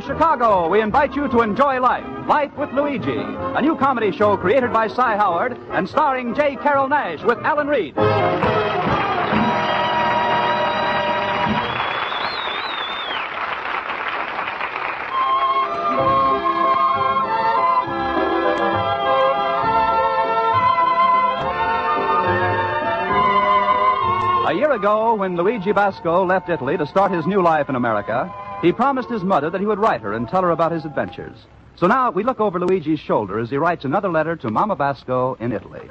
Chicago, we invite you to enjoy life. Life with Luigi, a new comedy show created by Cy Howard and starring J. Carol Nash with Alan Reed. A year ago, when Luigi Basco left Italy to start his new life in America, he promised his mother that he would write her and tell her about his adventures. So now we look over Luigi's shoulder as he writes another letter to Mama Basco in Italy.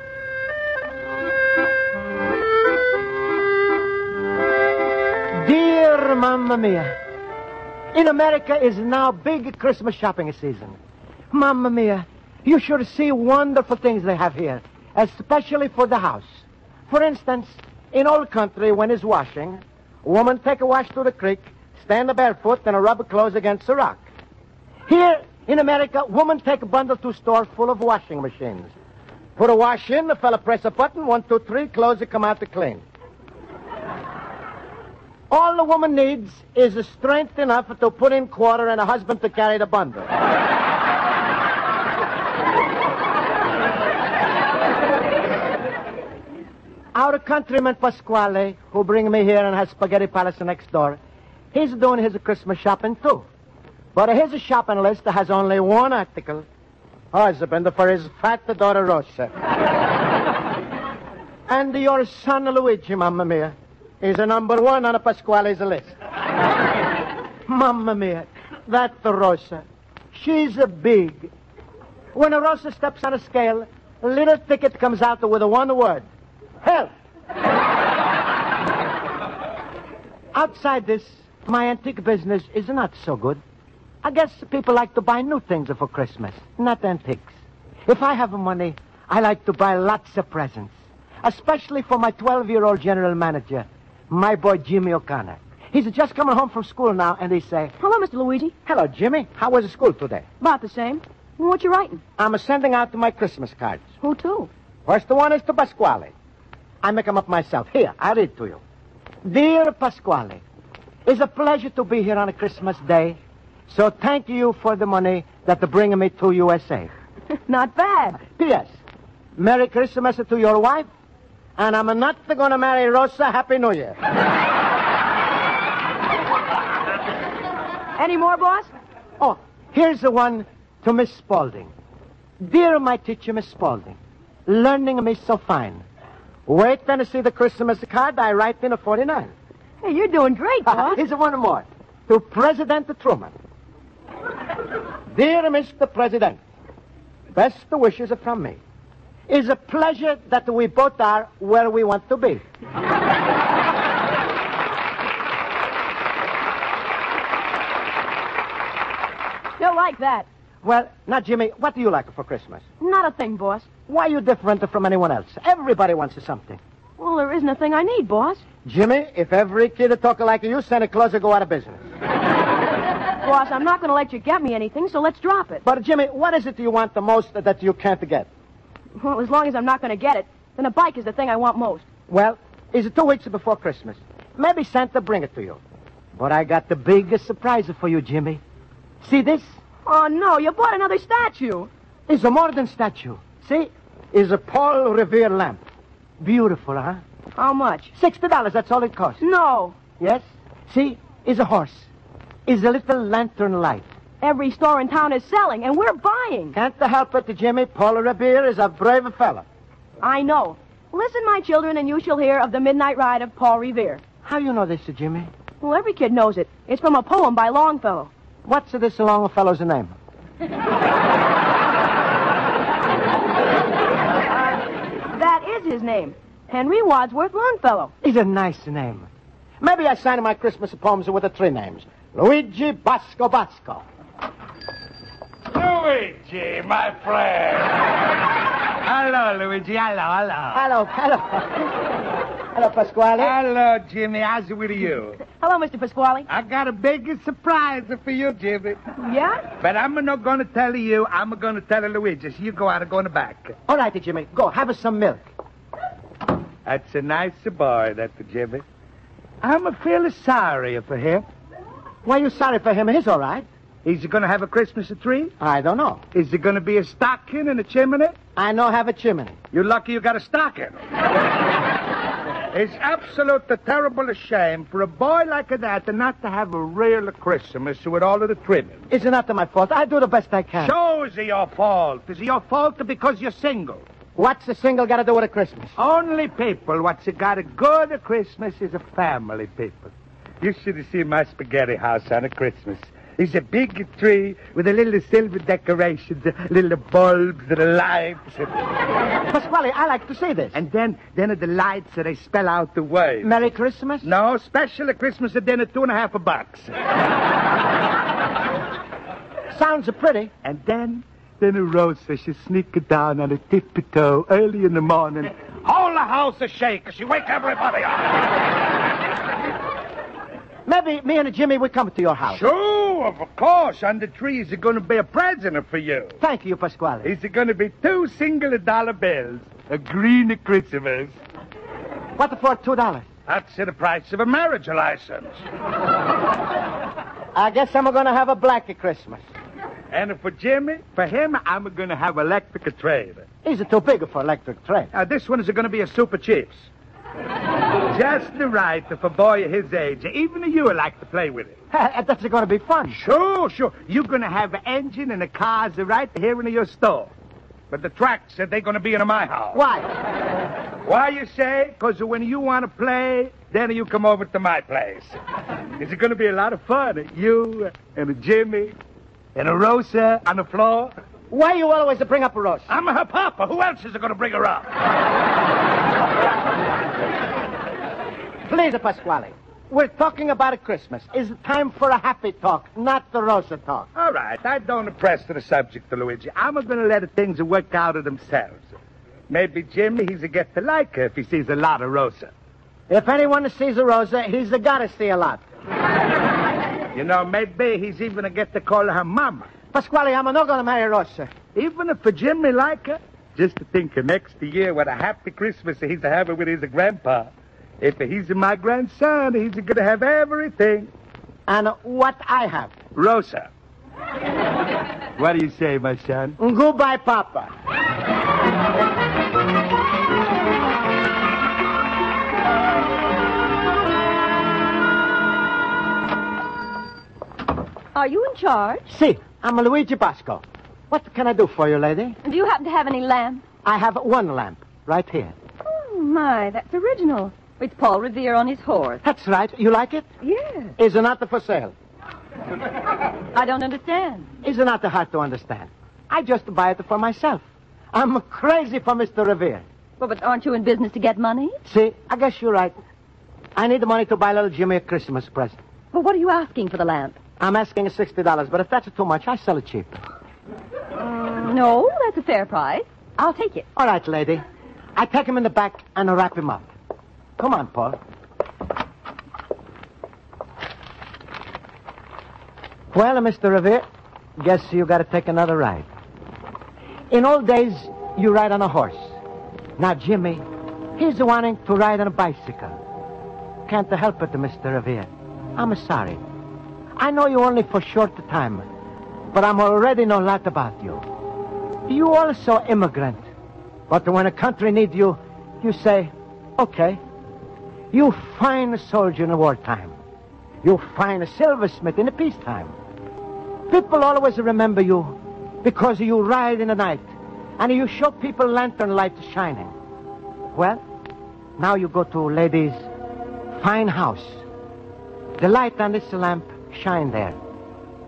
Dear Mamma Mia, in America is now big Christmas shopping season. Mamma Mia, you should see wonderful things they have here, especially for the house. For instance, in old country, when it's washing, woman take a wash to the creek, stand barefoot and a rubber clothes against a rock. Here in America, woman take a bundle to store full of washing machines. Put a wash in, the fella press a button, one, two, three, clothes will come out to clean. All the woman needs is a strength enough to put in quarter and a husband to carry the bundle. Our countryman Pasquale, who bring me here and has spaghetti palace next door, he's doing his Christmas shopping too. But his shopping list has only one article. Husband for his fat daughter Rosa. and your son Luigi, Mamma Mia, is the number one on Pasquale's list. Mamma Mia, that Rosa. She's a big. When a Rosa steps on a scale, a little ticket comes out with one word. Help! Outside this, my antique business is not so good. I guess people like to buy new things for Christmas, not antiques. If I have money, I like to buy lots of presents, especially for my 12 year old general manager, my boy Jimmy O'Connor. He's just coming home from school now, and he say, Hello, Mr. Luigi. Hello, Jimmy. How was school today? About the same. What you writing? I'm sending out my Christmas cards. Who to? First one is to Pasquale. I make 'em up myself. Here, I read to you. Dear Pasquale, it's a pleasure to be here on a Christmas day. So thank you for the money that they bring me to USA. Not bad. P.S. Merry Christmas to your wife, and I'm not gonna marry Rosa. Happy New Year. Any more, boss? Oh, here's the one to Miss Spaulding. Dear my teacher, Miss Spaulding, learning me so fine. Wait and see the Christmas card I write in a 49. Hey, you're doing great, boss. Here's one more. To President Truman. Dear Mr. President, best wishes from me. It's a pleasure that we both are where we want to be. They'll like that. Well, now, Jimmy, what do you like for Christmas? Not a thing, boss. Why are you different from anyone else? Everybody wants something. Well, there isn't a thing I need, boss. Jimmy, if every kid talk like you, Santa Claus will go out of business. Boss, I'm not going to let you get me anything, so let's drop it. But, Jimmy, what is it you want the most that you can't get? Well, as long as I'm not going to get it, then a bike is the thing I want most. Well, it's two weeks before Christmas. Maybe Santa bring it to you. But I got the biggest surprise for you, Jimmy. See this? Oh, no, you bought another statue. It's a modern statue. See? It's a Paul Revere lamp. Beautiful, huh? How much? Sixty dollars, that's all it costs. No. Yes? See? It's a horse. It's a little lantern light. Every store in town is selling, and we're buying. Can't help it, Jimmy. Paul Revere is a brave fella. I know. Listen, my children, and you shall hear of the midnight ride of Paul Revere. How you know this, Jimmy? Well, every kid knows it. It's from a poem by Longfellow. What's this Longfellow's name? That is his name. Henry Wadsworth Longfellow. It's a nice name. Maybe I sign my Christmas poems with the three names. Luigi Basco Basco. Luigi, my friend. Hello, Luigi. Hello, hello. Hello, hello. hello, Pasquale. Hello, Jimmy. How's it with you? Hello, Mr. Pasquale. I got a big surprise for you, Jimmy. Yeah? But I'm not going to tell you. I'm going to tell Luigi. So you go out and go in the back. All righty, Jimmy. Go, have us some milk. That's a nice boy, that Jimmy. I'm a feeling sorry for him. Why you sorry for him? He's all right. Is he going to have a Christmas tree? I don't know. Is there going to be a stocking and a chimney? I know I have a chimney. You're lucky you got a stocking. it's absolute a terrible shame for a boy like that to not to have a real Christmas with all of the trimming. It's not my fault. I do the best I can. So is it your fault? Is it your fault because you're single? What's a single got to do with a Christmas? Only people what's got a good Christmas is a family people. You should have seen my spaghetti house on a Christmas. It's a big tree with a little silver decorations, uh, little bulbs and lights. And, Pasquale, I like to say this. and then, then are the lights that they spell out the way. Merry Christmas? No, special at Christmas at dinner, two and a half a bucks. Sounds pretty. And then, then a Rosa, she sneak down on a tiptoe early in the morning. Whole the house a shake as she wake everybody up. Maybe me and Jimmy will come to your house. Sure, of course. On the tree is going to be a present for you. Thank you, Pasquale. Is it going to be two single dollar bills? A green Christmas. What for two dollars? That's the price of a marriage license. I guess I'm gonna have a black Christmas. And for Jimmy, for him, I'm going to have electric trade. Is it too big for electric train? Now, this one is going to be a super chips. Just the right for a boy his age. Even you will like to play with it. That's gonna be fun. Sure, sure. You're going to have an engine and the cars right here in your store. But the tracks, they're going to be in my house. Why? Why you say? 'Cause when you want to play, then you come over to my place. It's going to be a lot of fun. You and a Jimmy and a Rosa on the floor. Why you always bring up a rose? I'm her papa. Who else is going to bring her up? Please, uh, Pasquale. We're talking about a Christmas. It's time for a happy talk, not the Rosa talk. All right, I don't press to the subject, Luigi. I'm going to let the things work out of themselves. Maybe Jimmy, he's a get to like her if he sees a lot of Rosa. If anyone sees a Rosa, he's gotta see a lot. You know, maybe he's even a get to call her mama. Pasquale, I'm not gonna marry Rosa. Even if a Jimmy like her, just to think of next year what a happy Christmas he's having with his grandpa. If he's my grandson, he's going to have everything. And what I have. Rosa. what do you say, my son? Goodbye, Papa. Are you in charge? See, I'm Luigi Pasco. What can I do for you, lady? Do you happen to have any lamp? I have one lamp right here. Oh, my, that's original. With Paul Revere on his horse. That's right. You like it? Yes. Is not for sale. I don't understand. Is not hard to understand. I just buy it for myself. I'm crazy for Mr. Revere. Well, but aren't you in business to get money? See, I guess you're right. I need the money to buy little Jimmy a Christmas present. Well, what are you asking for the lamp? I'm asking $60, but if that's too much, I sell it cheap. Mm, No, that's a fair price. I'll take it. All right, lady. I take him in the back and wrap him up. Come on, Paul. Well, Mr. Revere, guess you gotta take another ride. In old days, you ride on a horse. Now, Jimmy, he's wanting to ride on a bicycle. Can't help it, Mr. Revere. I'm sorry. I know you only for short time, but I'm already know a lot about you. You also immigrant. But when a country needs you, you say, okay. You find a soldier in a wartime. You find a silversmith in a peacetime. People always remember you because you ride in the night and you show people lantern light shining. Well, now you go to lady's fine house. The light on this lamp shine there,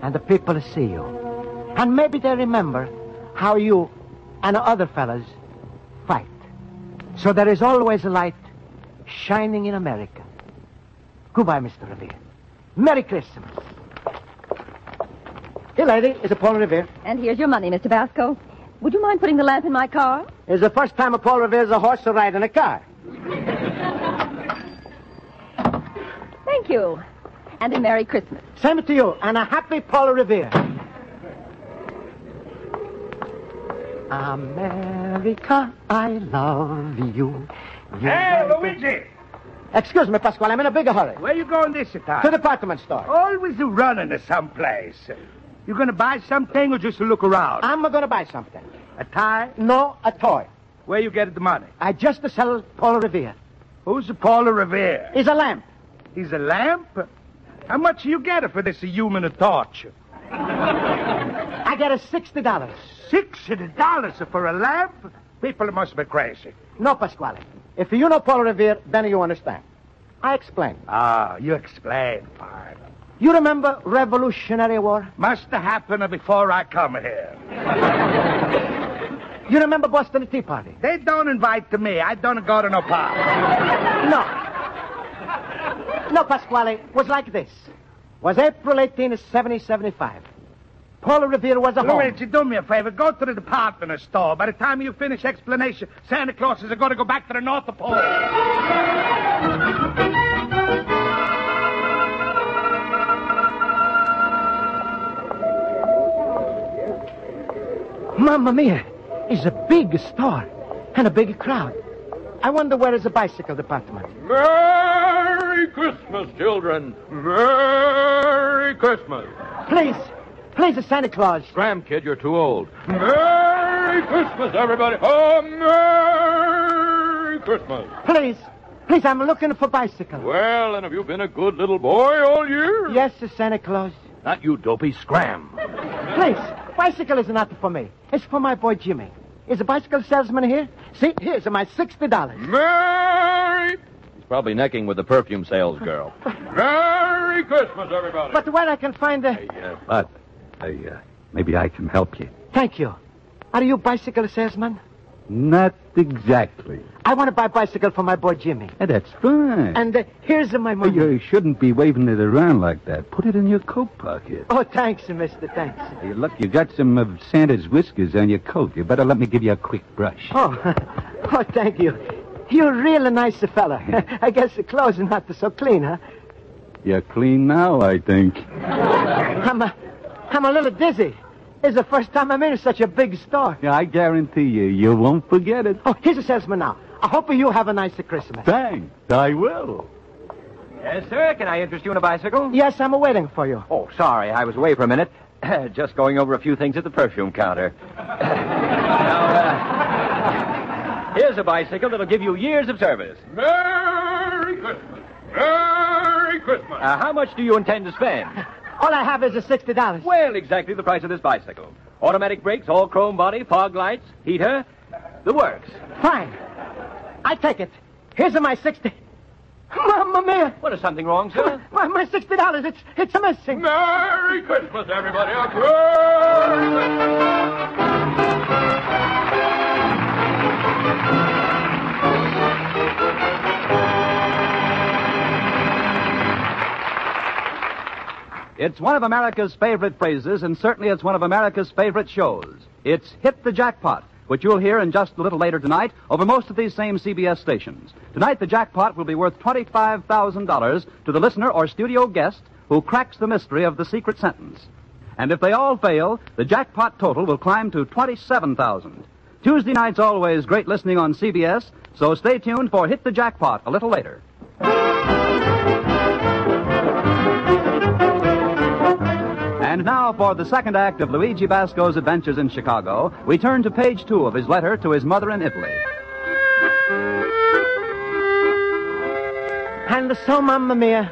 and the people see you. And maybe they remember how you and other fellas fight. So there is always a light shining in America. Goodbye, Mr. Revere. Merry Christmas. Here, lady, is a Paul Revere. And here's your money, Mr. Basco. Would you mind putting the lamp in my car? It's the first time a Paul Revere's a horse to ride in a car. Thank you. And a Merry Christmas. Same to you, and a happy Paul Revere. America, I love you. You- Hey, Luigi! Excuse me, Pasquale, I'm in a big hurry. Where you going this To time? the department store. Always running to someplace. You gonna buy something or just look around? I'm gonna buy something. a tie? No, a toy. Where you get the money? I just sell Paul Revere. Who's the Paula Revere? It's a lamp. He's a lamp? How much you get for this human torture? I get a sixty dollars. Sixty dollars for a lamp? People must be crazy. No, Pasquale. If you know Paul Revere, then you understand. I explain. Ah, you explain, fine. You remember Revolutionary War? Must have happened before I come here. You remember Boston Tea Party? They don't invite to me. I don't go to no party. No. No, Pasquale. It was like this. was April 18, 1775. Paul Revere was a home. Luigi, do me a favor. Go to the department store. By the time you finish explanation, Santa Claus is going to go back to the North Pole. Mamma mia. It's a big store and a big crowd. I wonder where is the bicycle department. Merry Christmas, children. Merry Christmas. Please, please, Santa Claus. Scram, kid, you're too old. Merry Christmas, everybody. Oh, Merry Christmas. Please, please, I'm looking for bicycle. Well, and have you been a good little boy all year? Yes, Santa Claus. Not you, dopey. Scram. Please, bicycle is not for me. It's for my boy Jimmy. Is a bicycle salesman here? See, here's my sixty dollars. Merry. He's probably necking with the perfume sales girl. Merry Christmas, everybody. But where I can find the? Yeah. But I, uh, maybe I can help you. Thank you. Are you bicycle salesman? Not exactly. I want to buy bicycle for my boy Jimmy. Yeah, that's fine. And uh, here's my Well, money. you shouldn't be waving it around like that. Put it in your coat pocket. Oh, thanks, Mister. Thanks. Hey, look, you got some of Santa's whiskers on your coat. You better let me give you a quick brush. Oh, oh, thank you. You're a real nice fella. I guess the clothes are not so clean, huh? You're clean now, I think. I'm a, I'm a little dizzy. It's the first time I'm in such a big store. Yeah, I guarantee you, you won't forget it. Oh, here's a salesman now. I hope you have a nice Christmas. Thanks. I will. Yes, sir. Can I interest you in a bicycle? Yes, I'm waiting for you. Oh, sorry. I was away for a minute. Just going over a few things at the perfume counter. now, uh, here's a bicycle that'll give you years of service. Merry Christmas. Merry Christmas. Uh, how much do you intend to spend? All I have is a sixty dollars. Well, exactly the price of this bicycle. Automatic brakes, all chrome body, fog lights, heater, the works. Fine. I take it. Here's my sixty. Mamma mia! What is something wrong, sir? My, my sixty dollars. It's it's missing. Merry Christmas, everybody. A Merry Christmas. It's one of America's favorite phrases, and certainly it's one of America's favorite shows. It's Hit the Jackpot, which you'll hear in just a little later tonight over most of these same CBS stations. Tonight, the jackpot will be worth $25,000 to the listener or studio guest who cracks the mystery of the secret sentence. And if they all fail, the jackpot total will climb to 27,000. Tuesday night's always great listening on CBS, so stay tuned for Hit the Jackpot a little later. And now for the second act of Luigi Basco's adventures in Chicago, we turn to page two of his letter to his mother in Italy. And so, Mamma mia,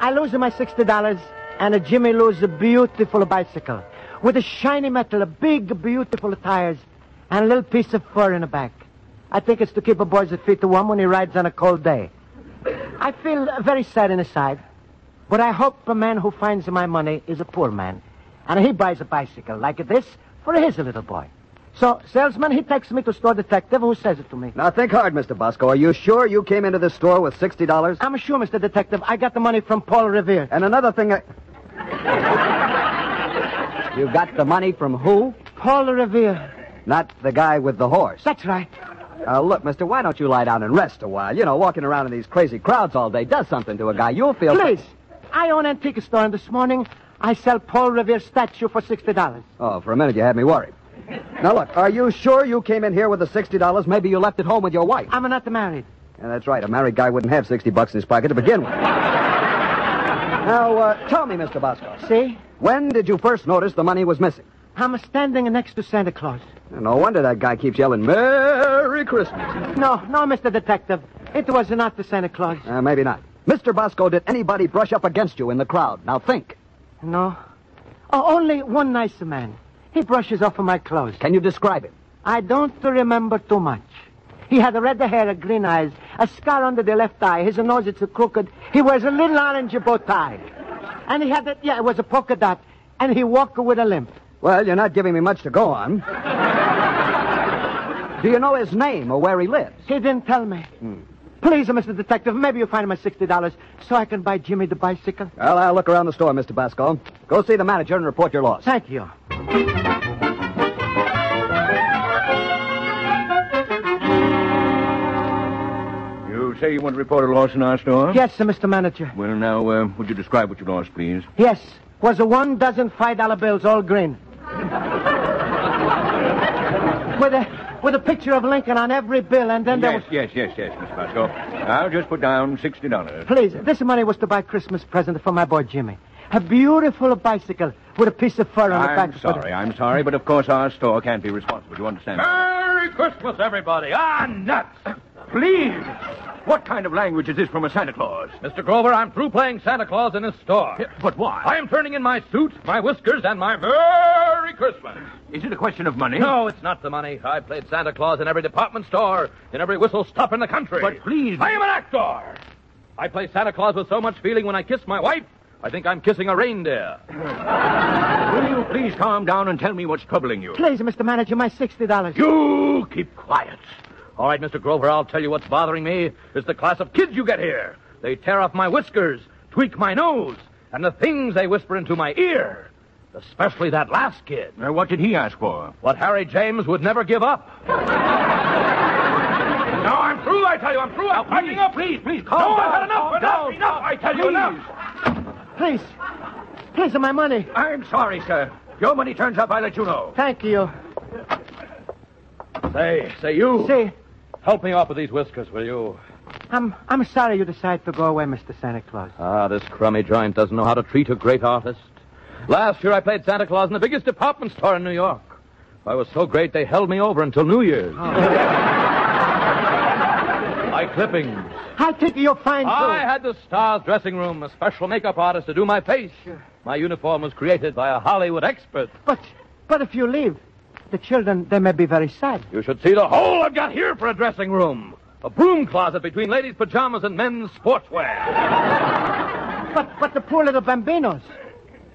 I lose my sixty dollars, and Jimmy loses a beautiful bicycle with a shiny metal, a big, beautiful tires, and a little piece of fur in the back. I think it's to keep a boy's feet warm when he rides on a cold day. I feel very sad inside, but I hope a man who finds my money is a poor man, and he buys a bicycle like this for his little boy. So, salesman, he takes me to store detective who says it to me. Now think hard, Mr. Bosco. Are you sure you came into this store with sixty dollars? I'm sure, Mr. Detective, I got the money from Paul Revere. And another thing, I... you got the money from who? Paul Revere. Not the guy with the horse. That's right. Uh, look, Mister, why don't you lie down and rest a while? You know, walking around in these crazy crowds all day does something to a guy. You'll feel. Please, I own an antique store, and this morning I sell Paul Revere statue for sixty dollars. Oh, for a minute you had me worried. Now look, are you sure you came in here with the sixty dollars? Maybe you left it home with your wife. I'm not married. Yeah, that's right. A married guy wouldn't have sixty bucks in his pocket to begin with. Now, uh, tell me, Mr. Bosco, See? when did you first notice the money was missing? I'm standing next to Santa Claus. No wonder that guy keeps yelling, Merry Christmas. No, no, Mr. Detective. It was not the Santa Claus. Uh, maybe not. Mr. Bosco, did anybody brush up against you in the crowd? Now think. No. Oh, only one nice man. He brushes off my clothes. Can you describe him? I don't remember too much. He had red hair, green eyes, a scar under the left eye. His nose is crooked. He wears a little orange bow tie. And he had, a, yeah, it was a polka dot. And he walked with a limp. Well, you're not giving me much to go on. Do you know his name or where he lives? Hmm. He didn't tell me. Please, Mr. Detective, maybe you'll find my $60 so I can buy Jimmy the bicycle. Well, I'll look around the store, Mr. Bosco. Go see the manager and report your loss. Thank you. You say you want to report a loss in our store? Yes, sir, Mr. Manager. Well, now, uh, would you describe what you lost, please? Yes, was a one dozen five dollar bills, all green. with a with a picture of Lincoln on every bill, and uh, then there was. yes, yes, yes, yes, Mr. Bosco. I'll just put down $60. Please, this money was to buy Christmas present for my boy Jimmy. A beautiful bicycle with a piece of fur on the back. I'm sorry, I'm sorry, but of course our store can't be responsible. You understand? Merry Christmas, everybody. Ah, nuts. Please! What kind of language is this from a Santa Claus? Mr. Grover, I'm through playing Santa Claus in this store. But why? I am turning in my suit, my whiskers, and my Merry Christmas. Is it a question of money? No, it's not the money. I played Santa Claus in every department store, in every whistle stop in the country. But please- I am an actor. I play Santa Claus with so much feeling when I kiss my wife, I think I'm kissing a reindeer. Will you please calm down and tell me what's troubling you? Please, Mr. Manager, my sixty dollars. You keep quiet. All right, Mr. Grover, I'll tell you what's bothering me is the class of kids you get here. They tear off my whiskers, tweak my nose, and the things they whisper into my ear. Especially that last kid. Now, what did he ask for? What Harry James would never give up. no, I'm through, I tell you. I'm through. I'm packing up. Please, please, calm no, I've had enough. enough, enough, I tell you, enough. Please, please, my money. I'm sorry, sir. If your money turns up, I'll let you know. Thank you. Say, say, you. See, Help me off with these whiskers, will you? I'm I'm sorry you decided to go away, Mr. Santa Claus. Ah, this crummy joint doesn't know how to treat a great artist. Last year I played Santa Claus in the biggest department store in New York. I was so great they held me over until New Year's. My clippings. I think you'll find. I too. had the star's dressing room, a special makeup artist to do my face. My uniform was created by a Hollywood expert. But but if you leave, the children they may be very sad. You should see the hole I've got here for a dressing room. A broom closet between ladies' pajamas and men's sportswear. But but the poor little bambinos.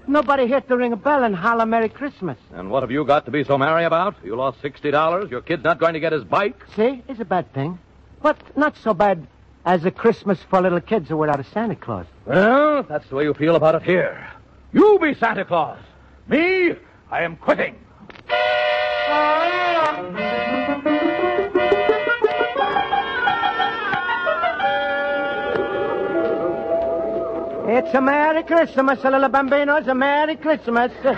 Nobody here to ring a bell and holler Merry Christmas. And what have you got to be so merry about? You lost $60, your kid's not going to get his bike. See, it's a bad thing. But not so bad as a Christmas for little kids who without a Santa Claus. Well, that's the way you feel about it here. You be Santa Claus. Me, I am quitting. It's a Merry Christmas, a little bambinos, a Merry Christmas. Merry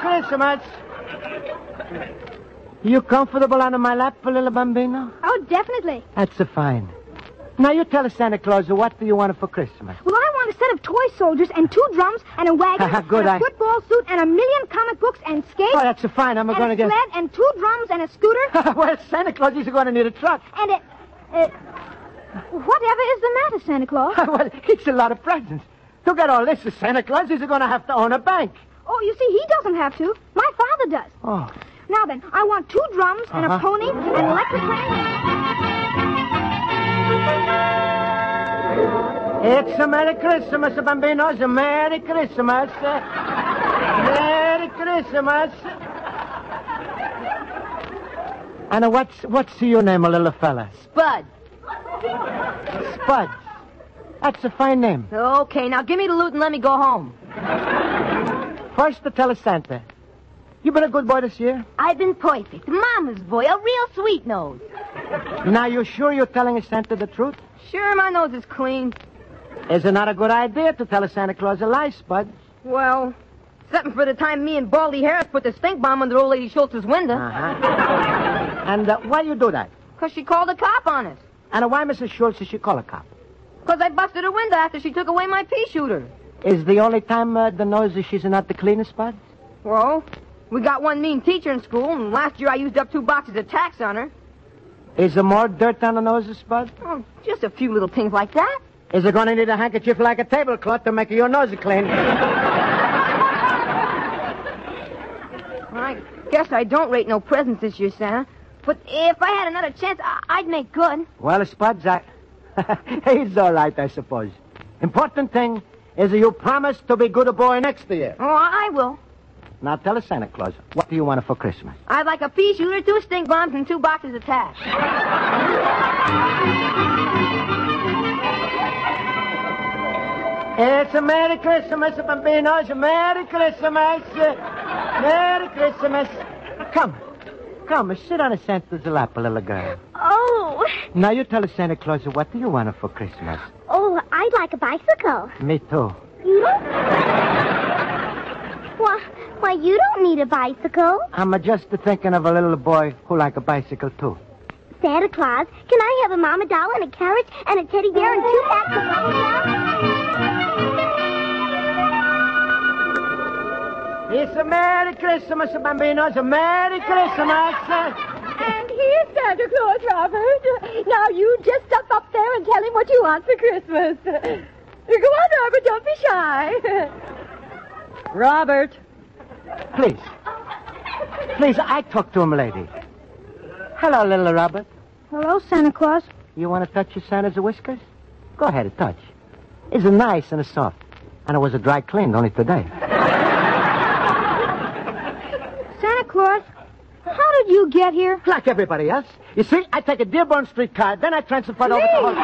Christmas. You comfortable under my lap, little bambino? Oh, definitely. That's a fine. Now you tell Santa Claus what do you want for Christmas. Well, I want a set of toy soldiers and two drums and a wagon Good and a eye. football suit and a million comic books and skates Oh, that's a fine. I'm and going to a get. sled and two drums and a scooter well, Santa Claus is going to need a truck. and a... Uh, whatever is the matter, Santa Claus? well, it's a lot of presents. To get all this, Santa Claus is going to have to own a bank. Oh, you see, he doesn't have to. My father does. Oh. Now then, I want two drums and a Uh-huh. pony and an electric lamp. It's a Merry Christmas, Bambinos. A Merry Christmas. Merry Christmas. And what's what's your name, a little fella? Bud. Spud. That's a fine name. Okay, now give me the loot and let me go home. First to tell us Santa. You been a good boy this year? I've been perfect. Mama's boy, a real sweet nose. Now you sure you're telling us Santa the truth? Sure, my nose is clean. Is it not a good idea to tell a Santa Claus a lie, Spud? Well, except for the time me and Baldy Harris put the stink bomb under old lady Schultz's window. Uh-huh. and uh, why you do that? Because she called a cop on us. And uh, why Mrs. Schultz is she call a cop? Because I busted her window after she took away my pea shooter. Is the only time uh, the noise is she's not the cleanest, Bud? Well, we got one mean teacher in school, and last year I used up two boxes of tax on her. Is there more dirt on the noses, Bud? Oh, just a few little things like that. Is it going to need a handkerchief like a tablecloth to make your nose clean? Well, I guess I don't rate no presents this year, Santa. But if I had another chance, I- I'd make good. well, Spuds, I... he's all right, I suppose. Important thing is that you promise to be good a boy next year. Oh, I will. Now tell us, Santa Claus, what do you want for Christmas? I'd like a pea shooter, two stink bombs, and two boxes of tax. It's a Merry Christmas, Bambinos. A Merry Christmas. uh, Merry Christmas. Come. Come, sit on Santa's lap, little girl. Oh, Now you tell Santa Claus what do you want for Christmas? oh, I'd like a bicycle. Me too. You don't? why, why, you don't need a bicycle. I'm uh, just thinking of a little boy who like a bicycle too. Santa Claus, can I have a mama doll and a carriage and a teddy bear and two packs of It's a Merry Christmas, Bambinos. A Merry Christmas. uh, And here's Santa Claus, Robert. Now you just step up there and tell him what you want for Christmas. Go on, Robert, don't be shy. Robert. Please. Please, I talk to him, lady. Hello, little Robert. Hello, Santa Claus. You want to touch your Santa's whiskers? Go ahead, touch. It's a nice and a soft. And it was a dry clean only today. Santa Claus, how did you get here? Like everybody else. You see, I take a Dearborn Street car, then I transfer over to Hollywood.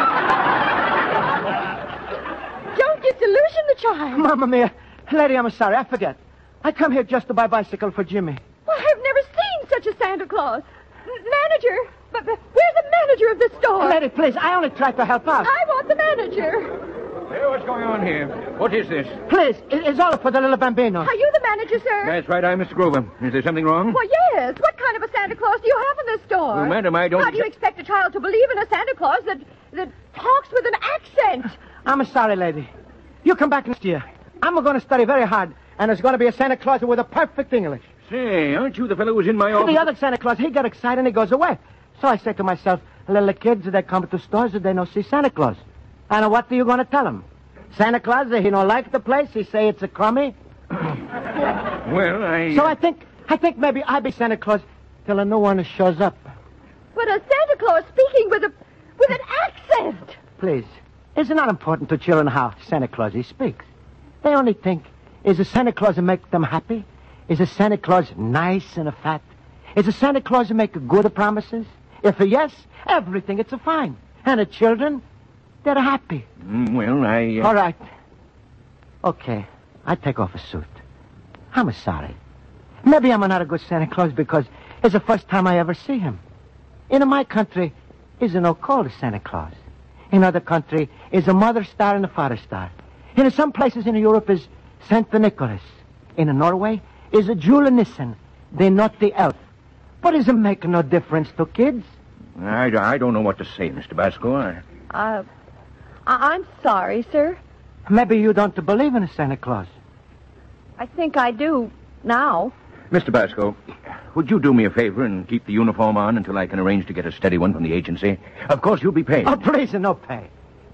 Don't disillusion the child. Mamma mia. Lady, I'm sorry. I forget. I come here just to buy bicycle for Jimmy. Well, I've never seen such a Santa Claus. M- Manager, but but where's the manager of this store? Lady, please, I only try to help out. I want the manager. Hey, what's going on here? What is this? Please, it- it's all for the little bambino. Are you the manager, sir? That's right, I'm Mr. Grover. Is there something wrong? Well, yes. What kind of a Santa Claus do you have in this store? Well, madam, I don't- How do you expect a child to believe in a Santa Claus that that talks with an accent? I'm sorry, lady. You come back next year. I'm going to study very hard, and there's going to be a Santa Claus with a perfect English. Say, aren't you the fellow who's in my The office? other Santa Claus, he got excited and he goes away. So I said to myself, little kids that come to stores, they no see Santa Claus. And what are you going to tell them? Santa Claus, he no like the place. He say it's a crummy. Well, I. So I think, I think maybe I be Santa Claus till a new one shows up. But a Santa Claus speaking with a with an accent. Please, it's not important to children how Santa Claus he speaks. They only think, is a Santa Claus that make them happy? Is a Santa Claus nice and a fat? Is a Santa Claus that make good promises? If a yes, everything it's a fine. And the children, they're happy. Mm, Well, I. All right. Okay, I take off a suit. I'm sorry. Maybe I'm not a good Santa Claus because it's the first time I ever see him. In my country, is no call to Santa Claus. In other country, is a mother star and a father star. In some places in Europe is Santa Nicholas. In Norway is a Jule Nissen, they not the elf. But does it make no difference to kids? I, I don't know what to say, Mr. Basco. I, Uh, I- I'm sorry, sir. Maybe you don't believe in Santa Claus. I think I do now. Mr. Basco, would you do me a favor and keep the uniform on until I can arrange to get a steady one from the agency? Of course, you'll be paid. Oh, please, no pay.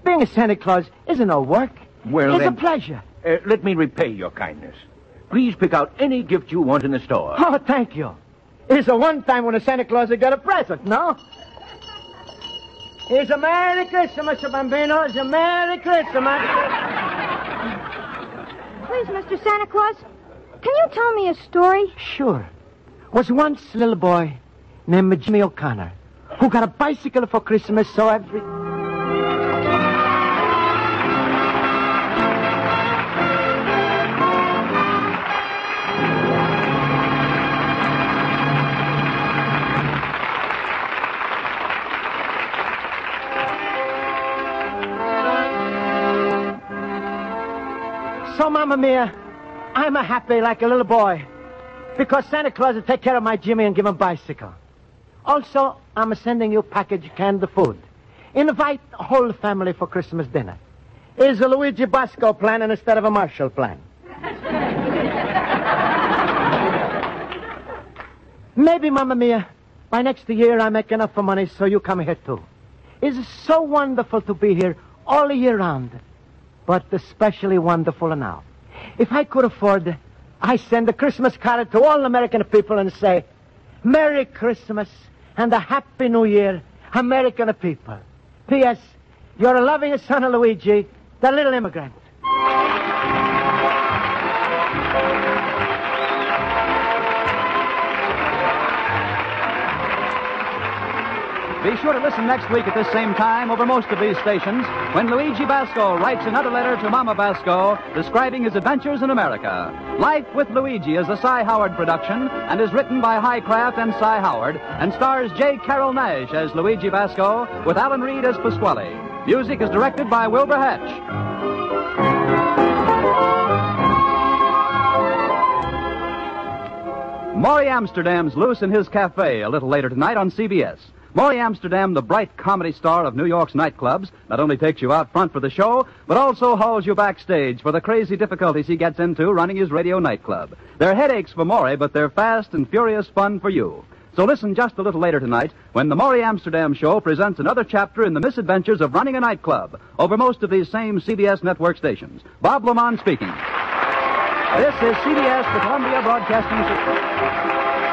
Being a Santa Claus isn't no work. Well, it's then- a pleasure. Uh, let me repay your kindness. Please pick out any gift you want in the store. Oh, thank you. It's the one time when a Santa Claus has got a present, no? It's a Merry Christmas, Bambino. It's a Merry Christmas. Please, Mr. Santa Claus, can you tell me a story? Sure. Was once a little boy named Jimmy O'Connor who got a bicycle for Christmas, so every... So, Mamma Mia, I'm a happy like a little boy because Santa Claus will take care of my Jimmy and give him bicycle. Also, I'm sending you package canned food. Invite the whole family for Christmas dinner. Is a Luigi Bosco plan instead of a Marshall plan? Maybe, Mamma Mia, by next year I make enough money so you come here too. It's so wonderful to be here all year round, but especially wonderful now. If I could afford, I send a Christmas card to all American people and say, Merry Christmas and a Happy New Year, American people. P.S. Your loving son Luigi, the little immigrant. Be sure to listen next week at this same time over most of these stations when Luigi Basco writes another letter to Mama Basco describing his adventures in America. Life with Luigi is a Cy Howard production and is written by Highcraft and Cy Howard and stars J. Carol Nash as Luigi Basco with Alan Reed as Pasquale. Music is directed by Wilbur Hatch. Maury Amsterdam's Loose in His Cafe a little later tonight on CBS. Maury Amsterdam, the bright comedy star of New York's nightclubs, not only takes you out front for the show, but also hauls you backstage for the crazy difficulties he gets into running his radio nightclub. They're headaches for Maury, but they're fast and furious fun for you. So listen just a little later tonight when the Maury Amsterdam show presents another chapter in the misadventures of running a nightclub over most of these same CBS network stations. Bob Lamont speaking. This is CBS, the Columbia Broadcasting System.